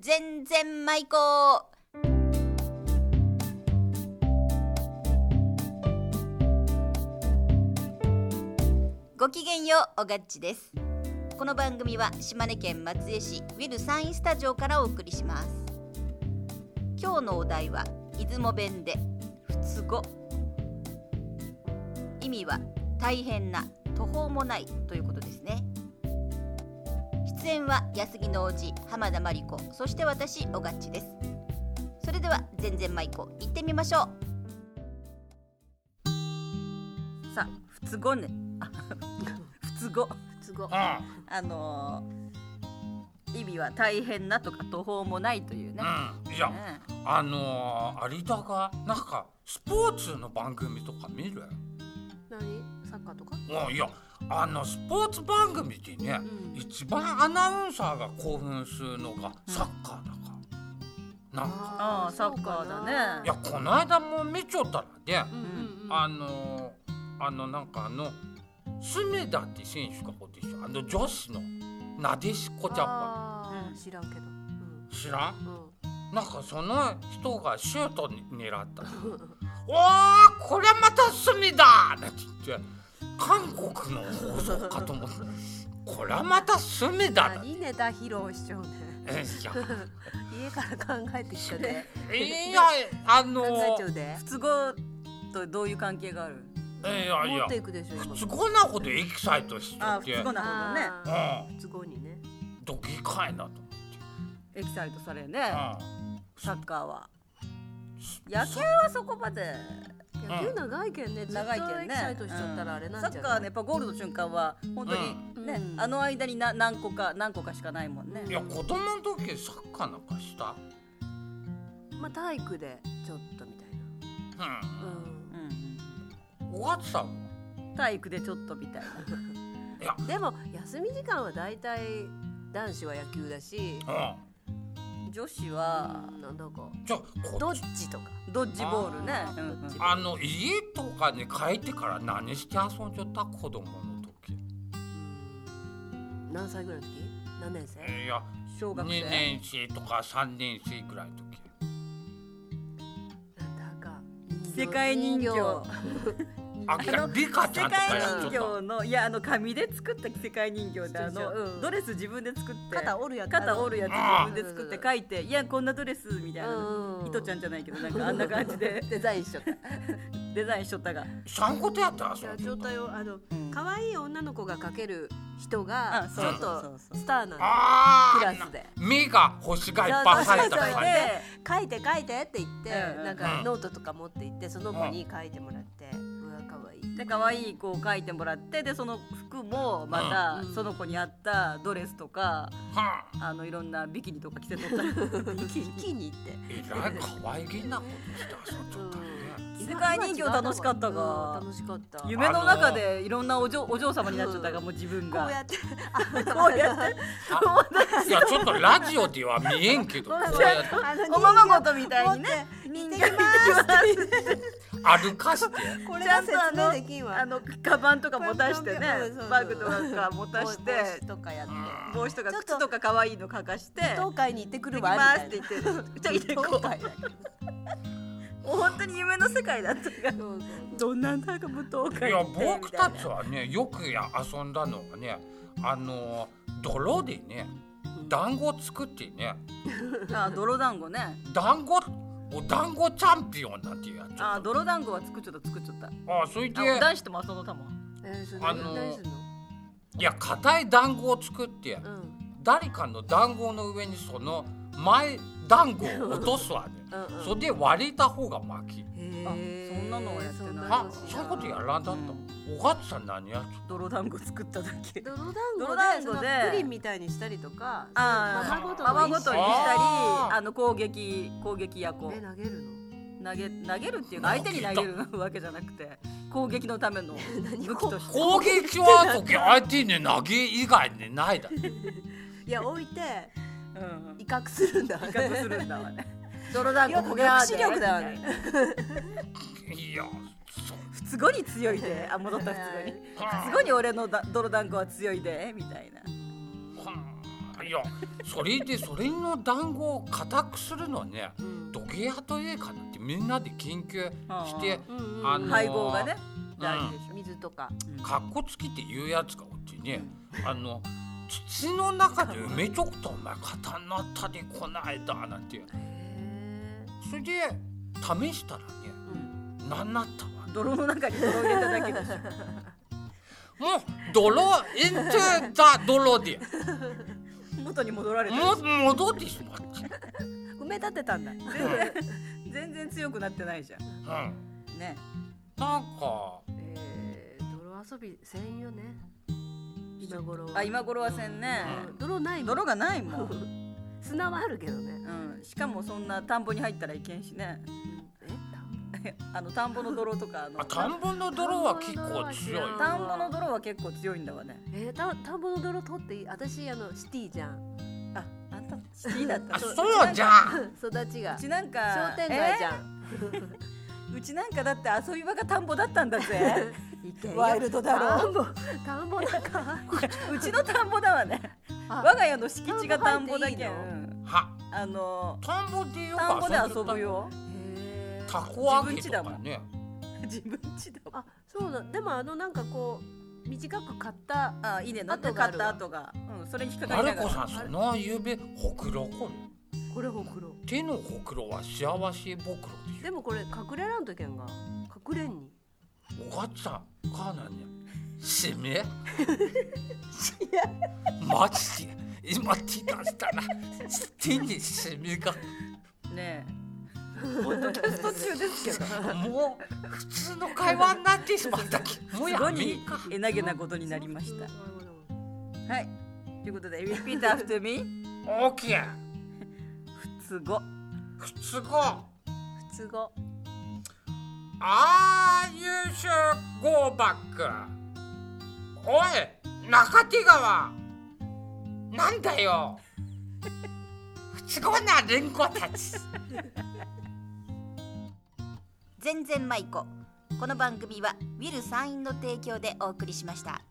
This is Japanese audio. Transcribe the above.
全然舞子ごきげんようおがっちですこの番組は島根県松江市ウィルサインスタジオからお送りします今日のお題は出雲弁で不都合意味は大変な途方もないということですね出演は安木の王子浜田真理子そして私小ガッチですそれでは全然舞子行ってみましょうさあ不都合ねあ 不都合すごい。ああのー意味は大変なとか途方もないというね、あ、うん、いや、うあのー、有田がなんかスポーツの番組とか見る何？サッカーとか？うんいやあのスポーツ番組でね、うん一番アナウンサーが興奮するのがサッカーだから、なんかあーーそサうッカかなーだねいやこの間も見ちゃったらね、うんうんうん。あのー、あのなんかあの隅田って選手がおってしょあの女子のなでしこジャパあーうん知らんけど。うンん知らんなんかその人がシュートに狙ったのうおーこれまた隅だなんて言って韓国の放送かと思ったこれはまた隅ん。だだ何ネタ披露しちゃうね。えいや 家から考えてきたね。いやあの考えちゃういで。不都合とどういう関係があるやい持やっていくでしょ今。不都合なことエキサイトしちゃあっ不て都合うな方あねー。ん不都合にね。ドキかいなと思ってエキサイトされるね、うサッカーはん野球はそこまで野球長いけんね。ずっ長いけとんエねキサイトしちゃったらあれなんサじッゃカーはねないやっぱゴールの瞬間は本当にね、うんあの間にな何個か何個かしかないもんねいや子供の時サッカーなんかしたまあ体育でちょっとみたいな。うううんん尾形さんはうん、体育でちょっとみたいないやん。でも休み時間はだいたい男子は野球だし、う女子はうんなんだかんじゃあこドッジとか。ドッジボールねあーうんうんドッジボーあの家とかに帰ってから何して遊んじゃった子供の時何歳ぐらいの時何年生いや小2学生、年生とか3年生ぐらいの時なんだか世界人形あ人いやリカちゃ世んとか界やっ人ちゃっ形のいやあの紙で作った世界人形であの、うんドレス自分で作って肩折るやつ肩折るやつ自分で作ってうん書いていやこんなドレスみたいなうん糸ちゃんじゃないけどなんかあんな感じ でデザインしちゃったデザインしとったがたシャンコとやって遊んで状た態をあのうん可愛い女の子が描ける人あがちそうそょうっそうとそうスターなのあクあラスで目が星がいっぱい入ったそ感うそうそうじで描いて描いてって言ってうんうんなんかうんノートとか持って行ってその子に描いてもらってうわ可愛い で可愛い子を描いてもらってでその服もまうたんその子に合ったドレスとかはあのいろんなビキニとか着せとったりビキ ニ気に入ってえらい可愛げなことして遊んじゃったね世界人形楽しかったがうん楽しかった夢の中でいろんなお嬢お嬢様になっちゃったがもう自分こうやが ってこうやって いやちょっとラジオでは見えんけどこうやってあのおままごとみたいにね人人形形持って行ってきます歩かしてこれが説明できんあのカバンとか持たしてねこうやってうんバッグとか持たしてとかやってうん帽子とかちょっ靴ととか可愛いの書かして東海に行ってくでるきわますってみ言ってじゃあいたていなこう東海だけどもう本当に夢の世界だったがそうそうそうどんなんだかもう東い海や行って僕みたたいなちはねよくや遊んだのがねあの泥でね団子作ってねあ泥団子ね団子お団子チャンピオンなんてやっちゃあった泥団子は作っちゃった作っちゃったあそれであ男子とも遊んどったもんえーそれあの何すんのいや硬い団子を作ってうん誰かの団子の上にその前団子を落とすわね うんうんそれで割れた方が負けへーあそんなのはやってないあのしそういうことやらんだったおがつさん何やっち泥団子作っただけ泥泥団団子子ででそのプリンみたいにしたりとかあーままごと泡もいごいしとにしたりあーあの攻撃攻撃やこうえ投げるの投げ投げるっていうか相手に投げるわけじゃなくて攻撃のための武器として攻撃は時相手に投げ以外にないだいや置いてうん威嚇するんだ威嚇するんだわ ね泥団子よこげなーで抑止力だわみねたいないやそ不都合に強いであ戻った不都合に不都合に俺のだ泥団子は強いでみたいなうんいやそれでそれの団子を固くするのはねうん土下屋というかなってみんなで研究してうんうんあのー配合がね大事でしょ、水とかかっこつきって言うやつがおってねあの土の中で埋めちょくとお前固なったでこないだなんてへそれで試したらねーうん何なったわ泥の中に泥入れただけでし ょもう泥 into the 泥で元に戻られてるもう戻ってしまって、埋め立てたんだ全然全然強くなってないじゃんうん、なんねかえー、泥遊びせんよね今頃はあ今頃はせんねうん泥ないもん泥がないもん、 砂はあるけどねうん、しかもそんな田んぼに入ったらいけんしねえ田んあの田んぼの泥とかあのあ田んぼの泥は結構強い田んぼの泥は結構強いんだわねえー、た田んぼの泥取っていい私あのシティじゃんああんたシティだったあそうじゃん育ちがう商ちなんか店街じゃん、えーうちなんかだって遊び場が田んぼだったん だぜワイルドだ田ろんぼ田んぼなんか うちの田んぼだわねあ我が家の敷地が田んぼだけん田んぼ入ってはあの田んぼでよ田んぼでく遊ぶよへたーこ揚げとかね自分家だわあそうだでもあのなんかこう短く買ったあ稲のね跡があ買っるたわ跡が、うん、それに引っかかマりなルがらコさんそのゆうべほくろここれほくろ手のほくろは幸せぼくろでしでもこれ隠れらんとけんが隠れんにょおかつさんかなにしめいやマジで今手出したら手にしみがねえポッドキャスト中ですけどもう普通の会話になってしまったきもうすやごめいんかえなげなことになりましたはいということで repeat after me オーケー普通語普通語普通語あー優秀ゴーバックおい中手川なんだよ不都合な連子たち全然舞子この番組はウィル・サインの提供でお送りしました。